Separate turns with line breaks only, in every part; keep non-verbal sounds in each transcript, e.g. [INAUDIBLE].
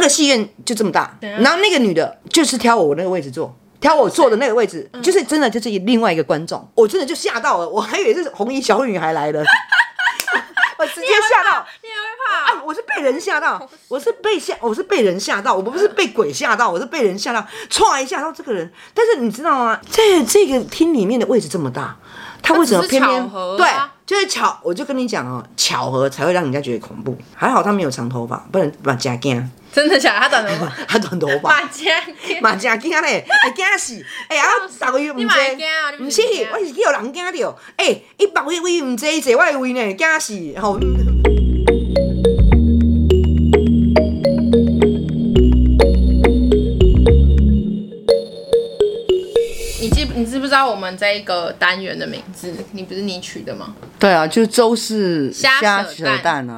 个戏院就这么大，
对啊
然后那个女的就是挑我那个位置坐。挑我坐的那个位置，
嗯
就是真的就是另外一个观众，我真的就吓到了，我还以为是红衣小女孩来
[LAUGHS]
的，我直接吓到，
你也会怕
啊！我是被人吓到，我是被吓，我是被人吓到，我不是被鬼吓到，我是被人吓到，歘一下到这个人。但是你知道吗？在这个厅里面的位置这么大，他为什么偏
它只
偏
是巧合
对
啊？
就是巧，我就跟你讲哦，巧合才会让人家觉得恐怖。还好他没有长头发，不然马加惊，
真的假的？他
[LAUGHS]
短头发，
他短头发，
[LAUGHS] 马甲，
马加惊嘞，会惊
[LAUGHS]
死！哎、啊，我逐个月唔
你
知
嘛会惊啊，你
毋
不
是
会惊，
我是叫人惊着。哎、伊别位位毋知伊坐我的位呢，惊
[LAUGHS]
死！吼、
你记你知不知道我们这一个单元的名字？你不是你取的吗？
对啊，就周氏
扯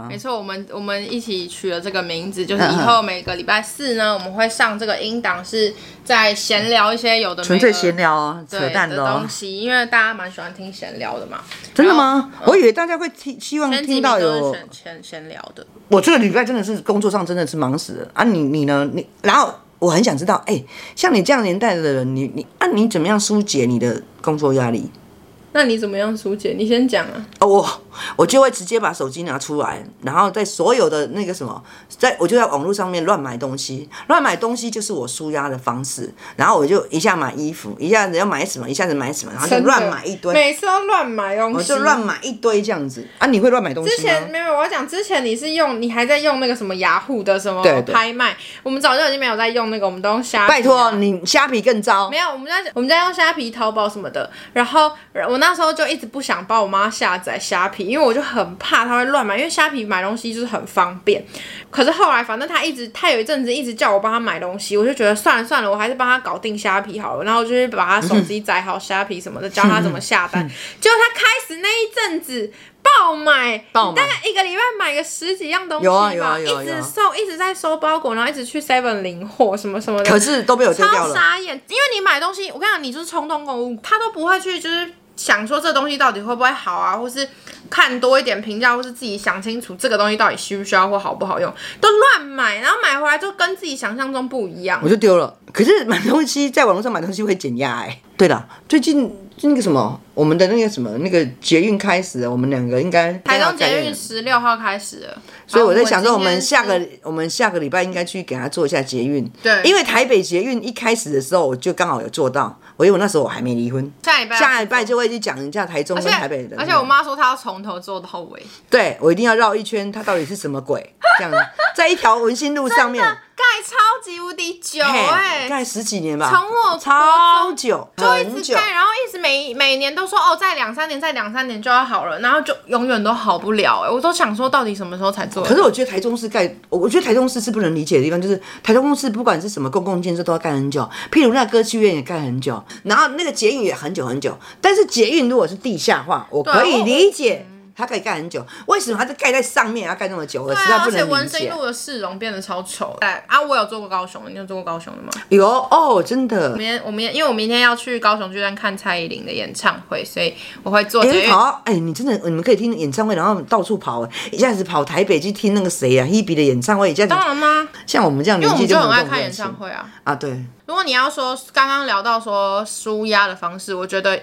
没错，我们我们一起取了这个名字，就是
啊嗯嗯
以后每个礼拜四呢，我们会上这个音档，是在闲聊一些有的没的
纯粹闲聊啊，
对
扯淡
的
的哦
东。西，因为大家蛮喜欢听闲聊的嘛。
真的吗？我以为大家会听，希望
前几
听
名
到
都
有
是。闲闲闲聊的，
我这个礼拜真的是工作上真的是忙死了啊！你你呢？你然后我很想知道，哎、像你这样年代的人，你你啊，你怎么样疏解你的工作压力？
那你怎么样，苏姐？你先讲啊。
哦，我我就会直接把手机拿出来，然后在所有的那个什么，在我就在网络上面乱买东西，乱买东西就是我舒压的方式。然后我就一下买衣服，一下子要买什么，一下子买什么，然后就
真的
乱买一堆，
每次都乱买东西，啊
我就乱。买一堆这样子。啊，你会乱买东西吗？
之前没有，我要讲之前你是用，你还在用那个什么雅虎的什么
对对
拍卖，我们早就已经没有在用那个，我们都用虾皮啊。
拜托你虾皮更糟
没。有，我们在我们在用虾皮、淘宝什么的。然后我那时候就一直不想帮我妈下载虾皮，因为我就很怕她会乱买，因为虾皮买东西就是很方便。可是后来，反正她一直，她有一阵子一直叫我帮她买东西，我就觉得算了算了，我还是帮她搞定虾皮好了。然后我就去把她手机载好虾皮什么的，教她怎么下
[LAUGHS]
单。结果她开始那一阵子。爆买，
爆买
大概一个礼拜买个十几样东西
有啊
吧，
有啊有啊有
一直
啊
送，一直在收包裹，然后一直去 Seven 领货什么什么的。
可是都被我丢掉
超
了。
傻眼，因为你买东西，我跟你讲，你就是冲动购物，他都不会去就是想说这东西到底会不会好啊，或是看多一点评价，或是自己想清楚这个东西到底需不需要或好不好用，都乱买，然后买回来就跟自己想象中不一样
我。就丢了。可是买东西在网络上买东西会减压哎。对了，最近那个什么，我们的那个什么那个捷运开始了，我们两个应该
台中捷
刚好在
运十六号开始了，
所以我在
然后
想说，我们下
今天
个
嗯是
我们下个礼拜应该去给他做一下捷运。
对
因为台北捷运一开始的时候，我就刚好有做到，我因为我那时候我还没离婚。
下礼拜
下礼拜就会去讲一下台中
啊而
跟
且
台北的，
而且我妈说她要从头做到尾，
对我一定要绕一圈，它到底是什么
[LAUGHS]
鬼？这样子，在一条文心路上面，
盖超级无敌久哎、
嘿大概十几年吧，
从我
超久，
就
很
一直
久。
盖，然后一直每每年都说哦，在两三年，在两三年就要好了，然后就永远都好不了、哎，我都想说到底什么时候才做得
可
到？
是我觉得台中市盖，我我觉得台中市是不能理解的地方，就是台中市不管是什么公共建设都要盖很久，譬如那歌剧院也盖很久，然后那个捷运也很久很久。但是捷运如果是地下化，我
啊
可以理解它可以盖很久，为什么它在盖在上面要盖那么久？我实
对
在
啊，
不
而且
能理
文心
解。
路的市容变得超丑。对啊，我有做过高雄，你有做过高雄的吗？
有哦，真的
我，明天我明天因为我明天要去高雄巨蛋看蔡依林的演唱会，所以我会做
哎、
捷运。
好，哎、你真的，你们可以听演唱会，然后到处跑，哎一下子跑台北去听那个谁啊，Hebe 的演唱会，一下子
当然吗？
像我们这样
因为
年
我
纪
们就
就
很爱
不
看
认
演
识
唱会啊。
啊，对，
如果你要说刚刚聊到说舒压的方式，我觉得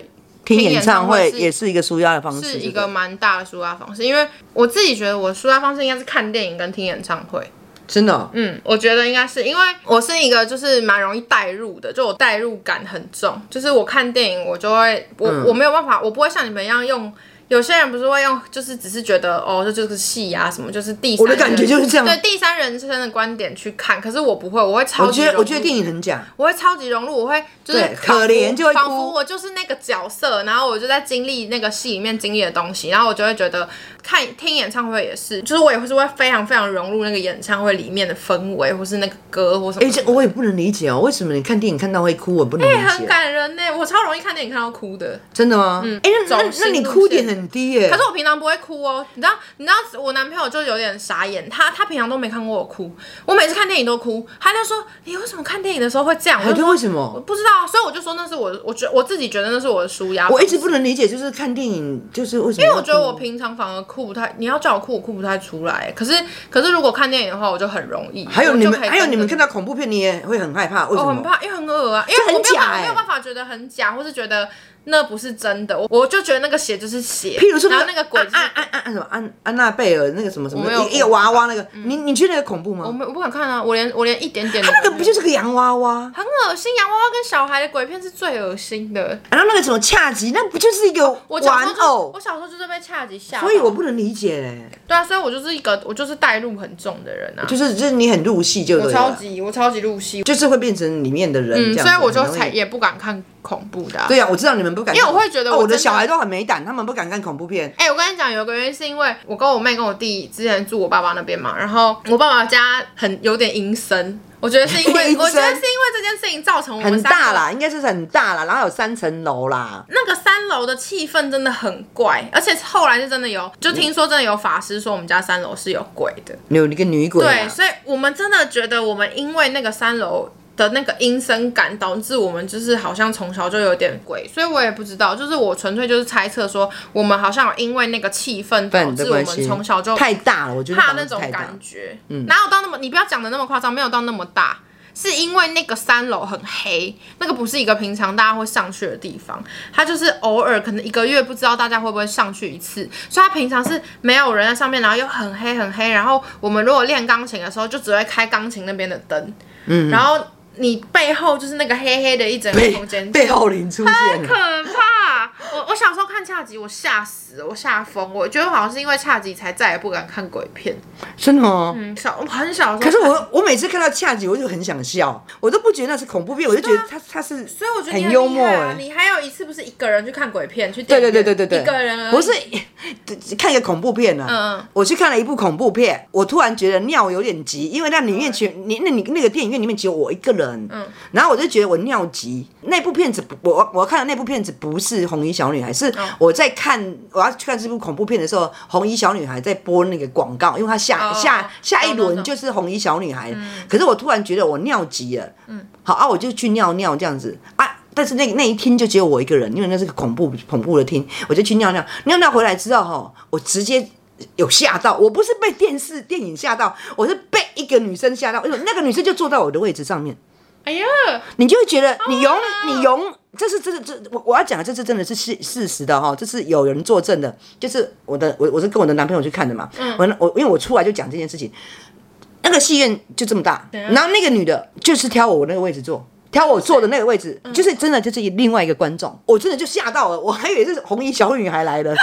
听
演
演
唱
唱
会
会
是
也是一个舒压的方式，
是
对
一
不对
个蛮大的舒压方式，因为我自己觉得我舒压方式应该是看电影跟听演唱会。
真的哦、
嗯，我觉得应该是因为我是一个就是蛮容易代入的，就我代入感很重，就是我看电影我就会我、
嗯
我没有办法，我不会像你们一样用。有些人不是会用，就是只是觉得哦，这就是戏啊，什么就是第三
我的感觉
人
就是这样
对第三人称的观点去看。可是我不会，我会超
我
级
觉得我
融
觉得
入
电影很假，
我会超级融入，我会就是
对
仿
可
佛
怜就会哭
仿佛我就是那个角色，然后我就在经历那个戏里面经历的东西，然后我就会觉得看听演唱会也是，就是我也会是会非常非常融入那个演唱会里面的氛围，或是那个歌或什
哎、
么
这
的。
我也不能理解哦，为什么你看电影看到会哭？我不能理
哎很
解，
感人呢、我超容易看电影看到哭的，
真的吗？嗯，哎、那那
走心
那你
路
哭
线
点很低耶、
可是我平常不会哭哦。你知道，你知道我男朋友就有点傻眼，他他平常都没看过我哭，我每次看电影都哭，他就说你为什么看电影的时候会这样？我
哎
就
对，
说
为什
我
么？
不知道啊，所以我就说那是我的，我觉我自己觉得那是我的舒压方
我
式。
一直不能理解，就是看电影就是为什么？因
因为我觉得我平常反而哭不太，你要叫我哭，我哭不太出来。可是可是如果看电影的话，我就很容易。
还有你
我
们，
就可以
还有你们
跟
看到恐怖片，你也会很害怕，为什
着，我
么？
很怕，因为很恶啊，因为
这很
我没有办
假
法
欸
没有办法觉得很假，或是觉得那不是真的，我我就觉得那个血就是血，
譬如说啊
然后那个鬼就是
安安安安什么安安娜贝尔那个什么什么
我没有嗯
一一个娃娃那个，你你觉得恐怖
我
吗？
没我不敢看啊，我连我连一点点都
那
没
个
有
不就是个洋娃娃？
很恶心，洋娃娃跟小孩的鬼片是最恶心的。
然后那个什么恰吉，那不就是一个
哦我小时
玩
候就
偶
我？小时候就是被恰吉吓到，
所以我不能理解嘞，
对啊，所以我就是一个我就是带入很重的人啊，
就是啊就是你很入戏就
我
对
超
了，
级我超级入戏，
就是会变成里面的人
嗯，
这样子。啊
所以我就
很容易
才也不敢看恐怖的啊、
对呀，我知道你们不敢看，
因为我会觉得
哦
我
我的
真的
小孩都很没胆，他们不敢看恐怖片。
哎、我跟你讲，有个原因是因为我跟我妹跟我弟之前住我爸爸那边嘛，然后我爸爸家很有点阴森，我觉得是因
[LAUGHS] 阴
为
森
我觉得是因为这件事情造成我们
很
三个
大啦，应该是很大啦，然后有三层楼啦。
那个三楼的气氛真的很怪，而且后来就真的有，就听说真的有法师说我们家三楼是有鬼的。
有一个女鬼
对，
啊，
所以我们真的觉得我们因为那个三楼。的那个阴森感导致我们就是好像从小就有点鬼，所以我也不知道，就是我纯粹就是猜测说，我们好像有因为那个气氛导
本
致
的
哦我
关
们
系
从小就
太大了，我觉得
怕
房
那
子
种
太大嗯
感觉，哪有到那么？你不要讲的那么夸张，没有到那么大，是因为那个三楼很黑，那个不是一个平常大家会上去的地方，它就是偶尔可能一个月不知道大家会不会上去一次，所以它平常是没有人在上面，然后又很黑很黑，然后我们如果练钢琴的时候，就只会开钢琴那边的灯，嗯，然后你背后就是那个黑黑的一整个空
[LAUGHS]
间
背，背后灵出现了。
可怕！我我小时候看恰吉，我吓死了，我吓疯。我觉得我好像是因为恰吉才再也不敢看鬼片。
真的哦。
嗯，小我很小
可
的时候看，
是我我每次看到恰吉，我就很想笑，我都不觉得那是恐怖片，我就觉得他他是，
啊所以我觉得
很
你很
幽默
厉害啊
哎。
你还有一次不是一个人去看鬼片去电
对
影
对
院？
对对对对，
一个人而已
不是 [LAUGHS] 看一个恐怖片呢、
嗯嗯
我去看了一部恐怖片，我突然觉得尿有点急，因为那里面全
嗯
你那你那个电影院里面只有我一个人，嗯，然后我就觉得我尿急。那部片子不我我看的那部片子不是红衣小女孩，是
嗯
我在看我要去看这部恐怖片的时候，红衣小女孩在播那个广告，因为她下、
哦
下下一
懂懂
轮
懂
就是红衣小女孩，可是我突然觉得我尿急了，好啊，我就去尿尿这样子啊。但是那那一厅就只有我一个人，因为那是个恐怖恐怖的厅，我就去尿尿。尿尿回来之后哈，我直接有吓到，我不是被电视电影吓到，我是被一个女生吓到，因为那个女生就坐在我的位置上面，
哎呀，
你就会觉得你勇你勇，这是真的这我我要讲的，这是真的是事事实的哦哈，这是有人作证的，就是我的我我是跟我的男朋友去看的嘛，我我因为我出来就讲这件事情，那个戏院就这么大，然后那个女的就是挑我那个位置坐。挑我坐的那个位置，就是真的就是另外一个观众，我真的就吓到了，我还以为是红衣小女孩来了，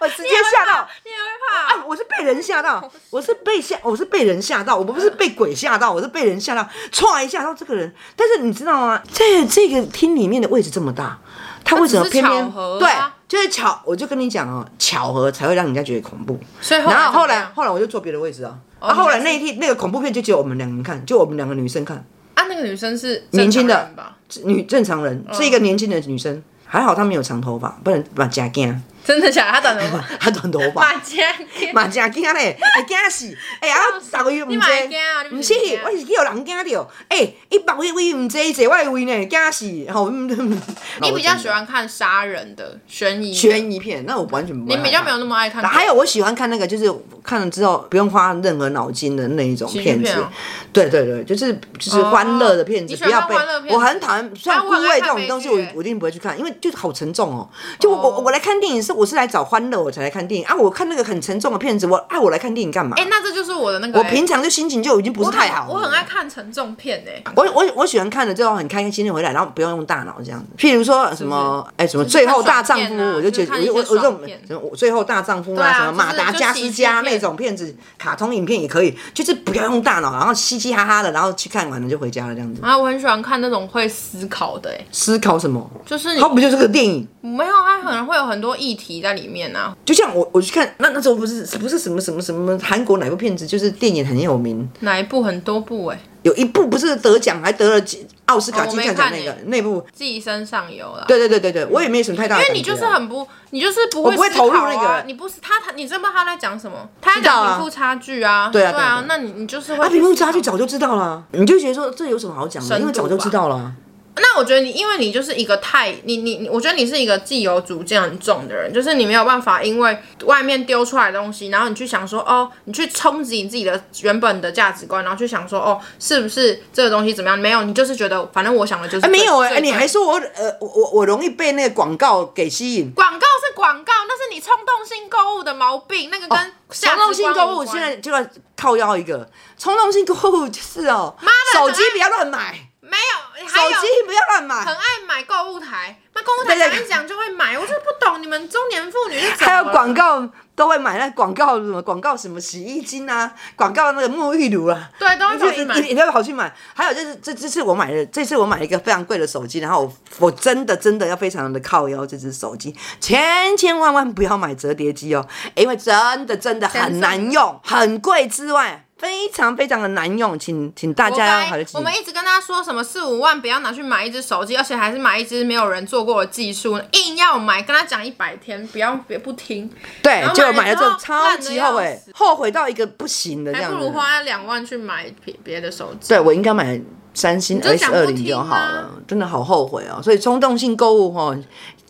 我直接吓到，
你也会怕？
啊！我是被人吓
[LAUGHS]
到，我是被吓，我是被人吓到，我不是被鬼吓到，我是被人吓到，歘一下到这个人。但是你知道吗？在这个厅里面的位置这么大，他为什么
那只是
偏偏
巧合
对
啊？
就是巧，我就跟你讲哦，巧合才会让人家觉得恐怖。
所以后来
然后后
怎么
来
样哦
后来我就坐别的位置啊，然后后来那一天那个恐怖片就只有我们两个人看，就我们两个女生看，
啊，那个女生是
年轻的
正常人吧？
女正常人是一
嗯
个年轻的女生，还好她没有长头发，不然把假惊，
真的假的？她
[LAUGHS]
长得
她短头发。
马甲，
嘛真惊
[LAUGHS]
嘞，会惊死！哎、啊，我逐个月毋
你嘛会惊啊
知，
你
毋
不
是
是会惊，
我是叫人惊着。哎、伊别位位毋知坐我的位呢，惊死！ [LAUGHS] 吼、嗯嗯
你比较喜欢看杀人的悬疑的？
悬疑片，那我完全不会
你比较
害怕
没有那么爱看。
还有我喜欢看那个，就是看了之后不用花任何脑筋的那一种
喜剧
片子。
片哦
对对对，就是就是
哦
欢乐的片子，
你喜
不
欢
要
看
被
欢乐片
我
子啊
很讨厌像
我
孤
很爱
味这
看
种
美
东西，
剧
我
欸
我一定不会去看，因为就是好沉重哦。就我、我我来看电影是我是来找欢乐，我才来看电影啊。我看那个很沉重的片子，我啊我来看电影干嘛？
哎、那这就是我的那个、
我平常就心情就已经不是
我
太好了
我很爱看沉重片哎诶、
我我我喜欢看了之后很开心的回来，然后不用用大脑这样子。譬如说什么哎、什么最后大丈夫，
就
我就觉得
是看爽片啊就是看一些
我我我这种
爽片
什么我最后大丈夫
对
啊，
啊
什么马
就是
达加斯加
就喜剧
那
片
种片子，卡通影片也可以，就是不要用大脑，然后嘻嘻哈哈的，然后去看完了就回家了这样子。
啊，我很喜欢看那种会思考的、欸，
思考什么？
就是
它不就是个电影？
你没有，它可能会有很多议题在里面啊。
就像我我去看那那时候不是不是什么什么什么韩国哪部片子，就是电影很有名，
哪一部很多部哎、
有一部不是得奖还得了几奥斯卡
哦我
金
没
像奖那
看
个
欸
那部，
寄生上游啦。
对对对对对，我也没什么太大的感
因
觉啊、
为你就是很不，你就是不
我
会、
不
思
会投入
考啊
那个
你不是他他，你知不知道他在讲什么？他在
知道
讲
啊
贫富差距啊，
对啊
对
对啊
啊，那你你就是会
啊，
去思考
屏幕差距早就知道了，你就觉得说这有什么好讲的，
深度
因为早就知道了。
那我觉得你，因为你就是一个太你你，你我觉得你是一个既有主见很重的人，就是你没有办法因为外面丢出来的东西，然后你去想说，哦，你去冲击你自己的原本的价值观，然后去想说，哦，是不是这个东西怎么样？没有，你就是觉得反正我想的就是
哎，
对、
没有哎、
最
哎你
对
还说我呃，我我我容易被那个广告给吸引。
广告是广告，那是你冲动性购物的毛病，那个跟
哦冲动性购物现在就要靠腰一个，冲动性购物就是哦，
的
手机不要乱买，
没有，
手
还有
机不要乱
很
买，
爱买购物台，那购物台
对对
讲一讲就会买，我就不懂你们中年妇女是怎么
还
了
有广告都会买那广告什么广告什么洗衣精啊，广告那个沐浴乳啊。
对都会
就
跑
是
去
一
买。
定要跑去买，还有就是这这次我买的，这次我买了一个非常贵的手机，然后我我真的真的要非常的靠腰这只手机，千千万万不要买折叠机哦，因为真的真的很难用，很贵之外，非常非常的难用，请请大
我
家要
该
好好地记
我们一直跟他说什么四五万不要拿去买一只手机，而且还是买一只没有人做过的技术，硬要买，跟他讲一百天，不要别不听，
对
然，后
就
买
买
了
了
之
之后
后
超级后
烂得要
悔，后悔到一个不行的这
还
样
不
子
如。花两万去买别别的手机。
对我应该买三星
就
S
讲
二
不
零
听
就好了
啊，
真的好后悔哦。所以冲动性购物哦，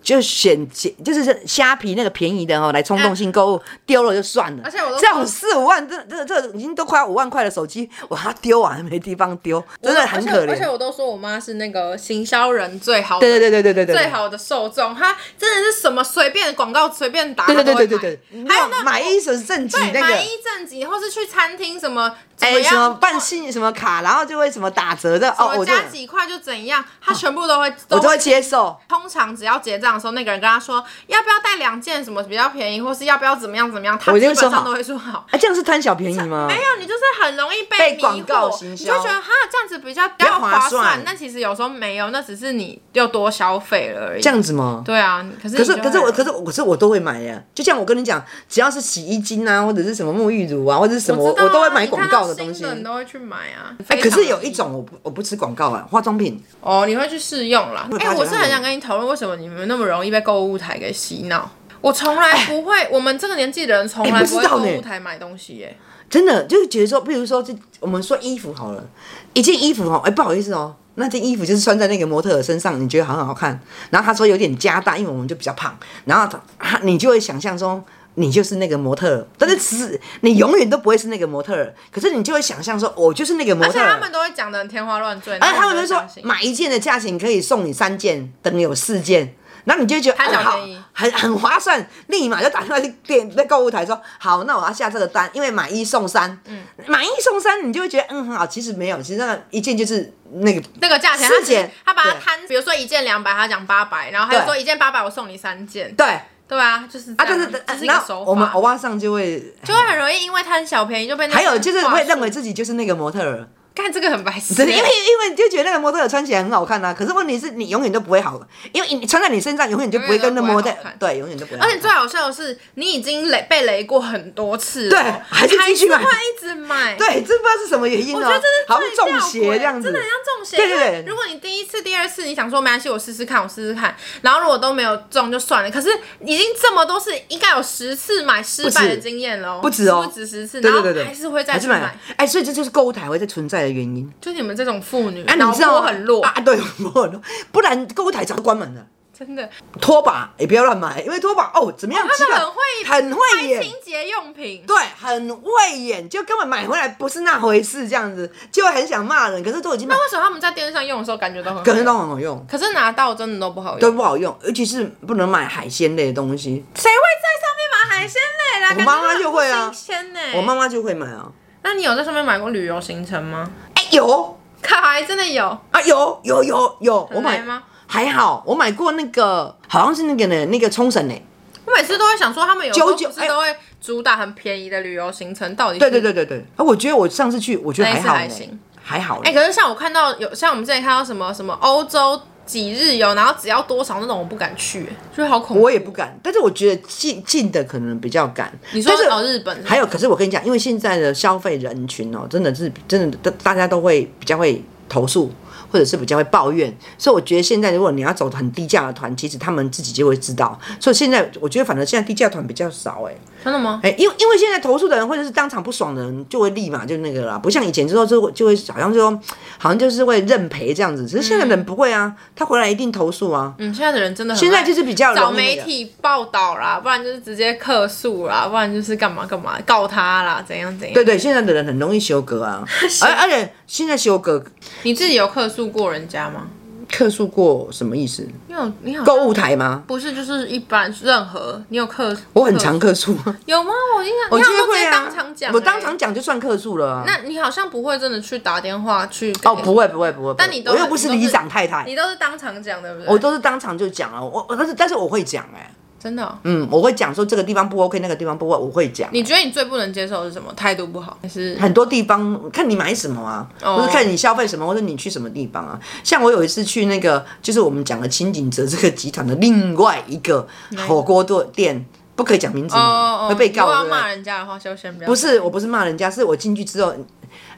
就选捡就是虾皮那个便宜的哦，来冲动性购物，丢了就算了。
啊而且我都
这种四五万，这这这已经都快要五万块的手机，我还丢啊，没地方丢，真的很可
而且而且
怜。
我都说我妈是那个行销人最好的
对对对对对对
最
对。
好的受众，他真的是什么随便广告随便打，
对对
她
对
都会
对对对，
买
对
还有
那
那
种买一手正极
对
那个
买，一正极，或是去餐厅什么怎么
哎，
样
什么办信什么卡，然后就会什么打折的哦，
我
我就
加几块就怎样，他全部都会
我
都
都
会。
会接受。
通常只要结账的时候，那个人跟他说要不要带两件什么比较便宜，或是要不要怎么样怎么样，他
我
基
一定
本
会说
上
好
都会说好。
哎，这样是贪小便宜吗？
没有，你就是很容易
被
被迷
广告
惑
行
你
销
就觉得哈这样子比较比
较
较
划
划
算
但其实有时候没有，那只是你又多消费了而已。
这样子吗？
对啊，可是
可是可
可
是我可
是
是我可是我都会买耶，就像我跟你讲，只要是洗衣精啊，或者是什么沐浴乳啊，或者是什么，我
知道啊
都会买
你看
广
到
告的
新
东西。
你都会去买啊。
哎、
非
可
常
是有
容易
一种我不我不吃广告啊，化妆品。
哦，你会去试用啦
会？
哎、
发觉
我是
它有
很想跟你讨论，为什么你们那么容易被购物台给洗脑？我从来不会，我们这个年纪的人从
哎
来
不
不
知
会
道
购
呢
物台买东西、耶。
真的就是觉得说，比如说这我们说衣服好了，一件衣服哦，哎、不好意思哦，那件衣服就是穿在那个模特儿身上，你觉得很好看，然后他说有点加大，因为我们就比较胖，然后他你就会想象中。你就是那个模特儿，但是其实你永远都不会是那个模特儿，可是你就会想象说，我就是那个模
而且
特儿。
他们都会讲的很天花乱坠，
而且
然
他
后
们就
你会
说
相信
买一件的价钱可以送你三件，等于有四件，然后你就觉得
贪小
哎好
便宜
很很划算，立马就打电话去店那购物台说好，那我要下这个单，因为买一送三，嗯，买一送三，你就会觉得嗯很好，其实没有，其实那个一件就是那个
那个价钱，
四
他只
件
是他把它
对
摊，比如说一件两百，他讲八百，然后他就
对
说一件八百，我送你三件，
对啊，
对啊，就是这
但
样
是呃
这是一
然
个
后
手
我们
法
欧，巴上就会，
就会很容易因为贪小便宜就被那
还有
些
就是
话
会
术
认为自己就是那个模特儿。
干这个很白痴
只
耶，
是因为因为就觉得那个模特儿穿起来很好看啊，可是问题是你永远都不会好，因为你穿在你身上永远就不会跟那模特
永远都不会好看
对，永远都不会好
而
看。
且最好笑的是，你已经雷被雷过很多次了，
对还
还
是继续买
是会一直
[LAUGHS]
买。，
对，这不知道是什么原因
我
哦，
觉得这是
好像
最
中
吊
邪
诡
这样子
真的。很像中邪。
对对
因为
对
如果你第一次、第二次你想说没关系，我试试看，我试试看，然后如果都没有中就算了，可是已经这么多次，应该有十次买失败的经验了哦，
不止哦
不止十次，
对对
然后
对对，
还是会再
还
去
是买
买。。
哎，所以这就是购物台会在存在的原因。
就你们这种妇女，
哎，你
脑
知道
波
吗
很弱，
啊？对，脑波很弱，不然购物台早就关门了。
真的。
拖把也不要乱买，因为拖把哦，怎么样？
他
质
们
感
很会
很会
拍
演，
清洁用品，
对，很会演，就根本买回来不是那回事，这样子就会很想骂人，可是都已经买
那，为什么他们在电视上用的时候感觉都很好
可是都很好用。
可是拿到真的都不好用。
都不好用，尤其是不能买海鲜类的东西。
谁会在上面买海鲜类啦？
我妈妈
感觉
就会啊
很不新鲜呢、
我妈妈就会买啊。
那你有在上面买过旅游行程吗？
哎，有
卡牌真的有，
啊，有有有有，我
很
买
雷吗？
还好，我买过那个，好像是那个呢，那个冲绳呢。
我每次都会想说，他们有时候
九九哎
不是都会主打很便宜的旅游行程，到底是
对对对对对，啊，我觉得我上次去，我觉得还好
那一次还
呢
行，
还好
哎、
呢。
可是像我看到有，像我们之前看到什么什么欧洲几日游，然后只要多少那种，我不敢去、就是好恐怖。
我也不敢，但是我觉得近近的可能比较敢。
你说
但是
哦，日本
还有，可是我跟你讲，因为现在的消费人群哦，真的是真的，大大家都会比较会。投诉，或者是比较会抱怨。所以我觉得现在如果你要走很低价的团，其实他们自己就会知道。所以现在我觉得反正现在低价团比较少、欸，哎。
真的吗？
哎、因为因为现在投诉的人或者是当场不爽的人，就会立马就那个啦，不像以前之后就会就会好像就好像就是会认赔这样子。只是现在人不会啊，他回来一定投诉啊。
嗯，现在的人真的很
现在
爱
就是比较容
找
易啊
媒
的
体报道啦，不然就是直接客诉啦，不然就是干嘛干嘛告他啦，怎样怎样。
对对，现在的人很容易休格
[LAUGHS]
啊，而而且现在休格
你自己有客诉过人家吗？
客诉过什么意思？
你有你好像
购物台吗？
不是就是一般任何你有客，
我很
客
常客诉，
有吗？嗯我印象
我
你
觉
好像
得
直
会
接
啊，
当场讲、欸
我当。场讲就算客诉了、啊。
那你好像不会真的去打电话去给
哦，不会不会不会，
但你都
我又不是
你都
里
是
长太太，
你都是当场讲对不对？
我都是当场就讲了，我我但是但是我会讲哎、
真的哦、
嗯，我会讲说这个地方不 OK，那个地方不 OK，我会讲。啊
你觉得你最不能接受的是什么？态度不好还是？
很多地方看你买什么啊，
哦
或者看你消费什么，或者你去什么地方啊。像我有一次去那个，就是我们讲的清景泽这个集团的另外一个火锅店店，不可以讲名字
哦
嘛，
哦
会被告
如果
对
要
不对
骂人家的话，就先不要。
不是，我不是骂人家，是我进去之后，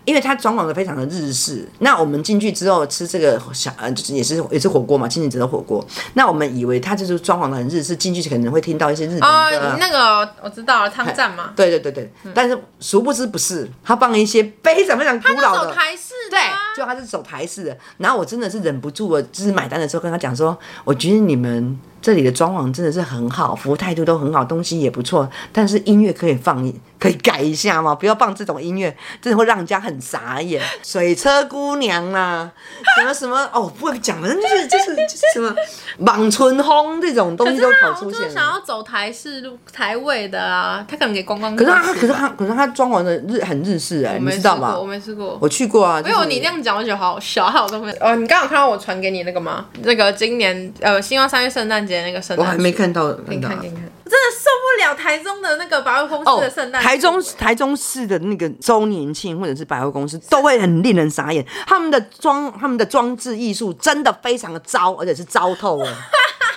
因为它装潢的非常的日式。那我们进去之后吃这个小，呃，就是也是也是火锅嘛，清景泽的火锅。那我们以为它就是装潢的很日式，进去可能会听到一些日本的啊、
哦，那个我知道了，汤站嘛，
对对对对，但是殊不知不是，他放了一些非常非常古老
啊走
的，
台式的
对
啊，
就他是走台式的。然后我真的是忍不住，我就是买单的时候跟他讲说，我觉得你们这里的装潢真的是很好，服务态度都很好，东西也不错，但是音乐可以放，可以改一下吗？不要放这种音乐，真的会让人家很傻眼。水车姑娘啦、什么什么哦，不会讲了，就是就是就是什么莽春风这种东西都跑出
就
现了。
是想要走台式路台位的啊，他可能给观光客
可是
吃。
他，可是他，可是他装潢的日很日式哎、
我
你
没
知
吃
道
过，
吗
我？没吃过。
我去过啊，
没有你这样讲，我觉得好好笑，还有都没有。哦，你刚好看到我传给你那个吗？那个今年呃，希望三月圣诞节那个圣
我
诞树，
还没看到，
给
看
你
到
看，给你看。我真的受不了台中的那个百货公司的圣诞
哦
树、
台中
欸
台中市的那个周年庆或者是百货公司都会很令人傻眼，他们的装他们的装置艺术真的非常的糟，而且是糟透
[LAUGHS]
了。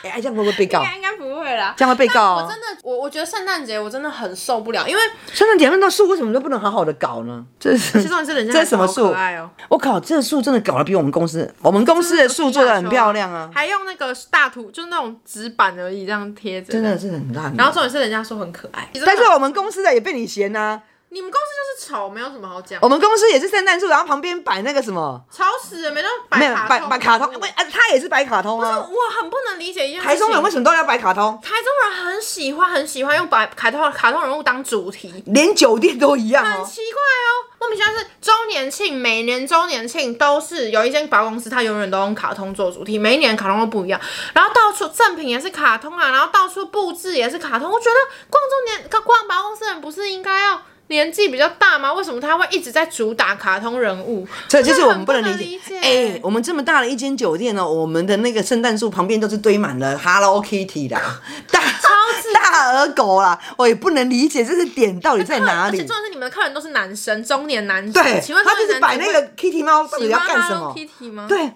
哎、这样会不会被告
应？该应该不会啦。
这样会被告
我
哦、
真的，我我觉得圣诞节我真的很受不
[LAUGHS]
了，因为
圣诞节那树为什么都不能好好的搞呢？这是
这种是人家
这是什么
还好
树
可？爱哦、
我靠，这个树真的搞得比我们公司我们公司的树做的很漂亮
[LAUGHS]
啊，
还用那个大图，就是那种纸板而已，这样贴着。
真的是很烂啊。
然后重点是人家说很可爱，
但是我们公司的也被你嫌呐、啊。
你们公司就是丑，没有什么好讲
我，们公司也是圣诞树，然后旁边摆那个什么，
丑死了，没得
没
摆
有摆摆卡通，
我
喂，啊，他也是摆卡通啊。
我很不能理解一件事情
台中人为什么都要摆卡通？
台中人很喜欢很喜欢用把卡通卡通人物当主题，
连酒店都一样
很
哦。
奇怪哦。莫名其妙是周年庆，每年周年庆都是有一间百货公司，它永远都用卡通做主题，每一年卡通都不一样。然后到处赠品也是卡通啊，然后到处布置也是卡通。我觉得逛周年逛百货公司的人不是应该要年纪比较大吗？为什么他会一直在主打卡通人物？
这就是我们不
不
能
能
理解。
解。
哎、我们这么大的一间酒店哦，我们的那个圣诞树旁边都是堆满了 Hello Kitty
[LAUGHS]
的，大
自
大耳狗啦，我也不能理解这是点到底在哪
[LAUGHS] 而
里
且重。点是你们的客人都是男生，中年男生。
对，
请问
他就是摆那个 Kitty 猫到底
你
要干什么？
Kitty 吗？
对，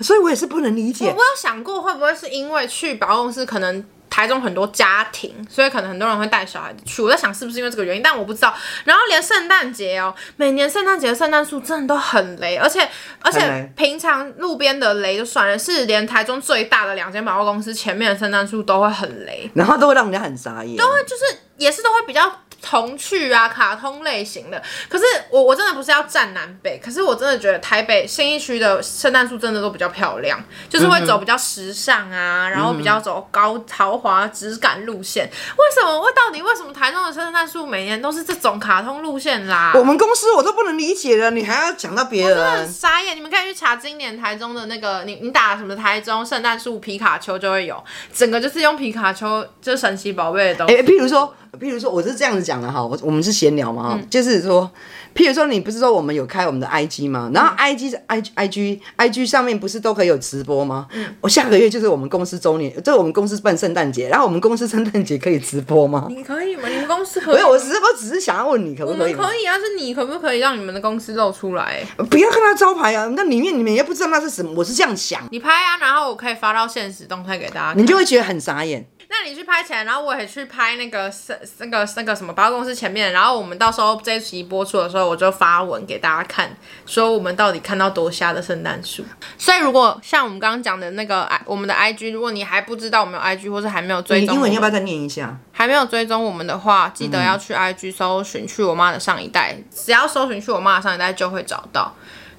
所以我也是不能理
我
解
我。有想过会不会是因为去百货公司，可能台中很多家庭，所以可能很多人会带小孩子去。我在想是不是因为这个原因，但我不知道。然后连圣诞节哦，每年圣诞节的圣诞树真的都很雷，而且而
很雷
且平常路边的雷就算了，是连台中最大的两间百货公司前面的圣诞树都会很雷，
然后都会让人家很傻眼。
因为就是也是都会比较。童趣啊，卡通类型的。可是我我真的不是要站南北，可是我真的觉得台北新一区的圣诞树真的都比较漂亮，就是
嗯
会走比较时尚啊，然后比较走高豪华质感路线。为什么？我到底为什么台中的圣诞树每年都是这种卡通路线啦？
我们公司我都不能理解了，你还要讲到别
很
人？
傻眼，你们可以去查今年台中的那个，你你打什么台中圣诞树皮卡丘就会有，整个就是用皮卡丘，就是神奇宝贝的东西。
哎、譬如说，譬如说，我是这样子讲的哈，我我们是闲聊嘛哈，
嗯
就是说，譬如说，你不是说我们有开我们的 IG 吗？
嗯
然后 IG 是 I I G I G 上面不是都可以有直播吗？
嗯
我下个月就是我们公司周年，就是我们公司办圣诞节，然后我们公司圣诞节可以直播吗？
你可以吗？你们公司可以吗？
没有，我只是我只是想要问你可不
我
可以
们
吗
可？以啊，是你可不可以让你们的公司露出来？
不要看他招牌啊，那里面你们也不知道那是什么，我是这样想，
你拍啊，然后我可以发到现实动态给大家看。
你就会觉得很傻眼。
那那你去拍起来，然后我也去拍那个是那个那个什么百货公司前面，然后我们到时候这一集播出的时候，我就发文给大家看，说我们到底看到多瞎的圣诞树。所以如果像我们刚刚讲的那个 I 我们的 IG，如果你还不知道我们有 IG，或是还没有追
你
踪
英
我
文要不要
们，
再念一下？
还没有追踪我们的话，记得要去 IG 搜寻“去我妈的上一代”，只要搜寻“去我妈的上一代”就会找到。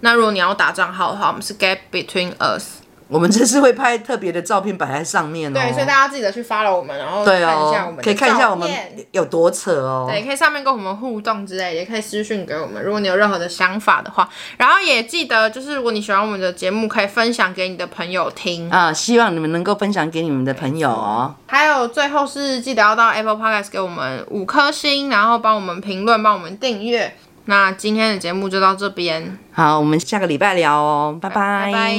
那如果你要打账号的话，我们是 Gap Between Us。
我们这次会拍特别的照片摆在上面哦。
对，所以大家记得去 follow 我们，然后看
对
一下我
哦
们，的
可以看一下我们
照片
有多扯哦。
对，可以上面跟我们互动之类，也可以私讯给我们，如果你有任何的想法的话。然后也记得，就是如果你喜欢我们的节目，可以分享给你的朋友听。
啊，希望你们能够分享给你们的朋友哦。
还有最后是记得要到 Apple Podcast 给我们五颗星，然后帮我们评论，帮我们订阅。那今天的节目就到这边，
好，我们下个礼拜聊哦，拜
拜拜。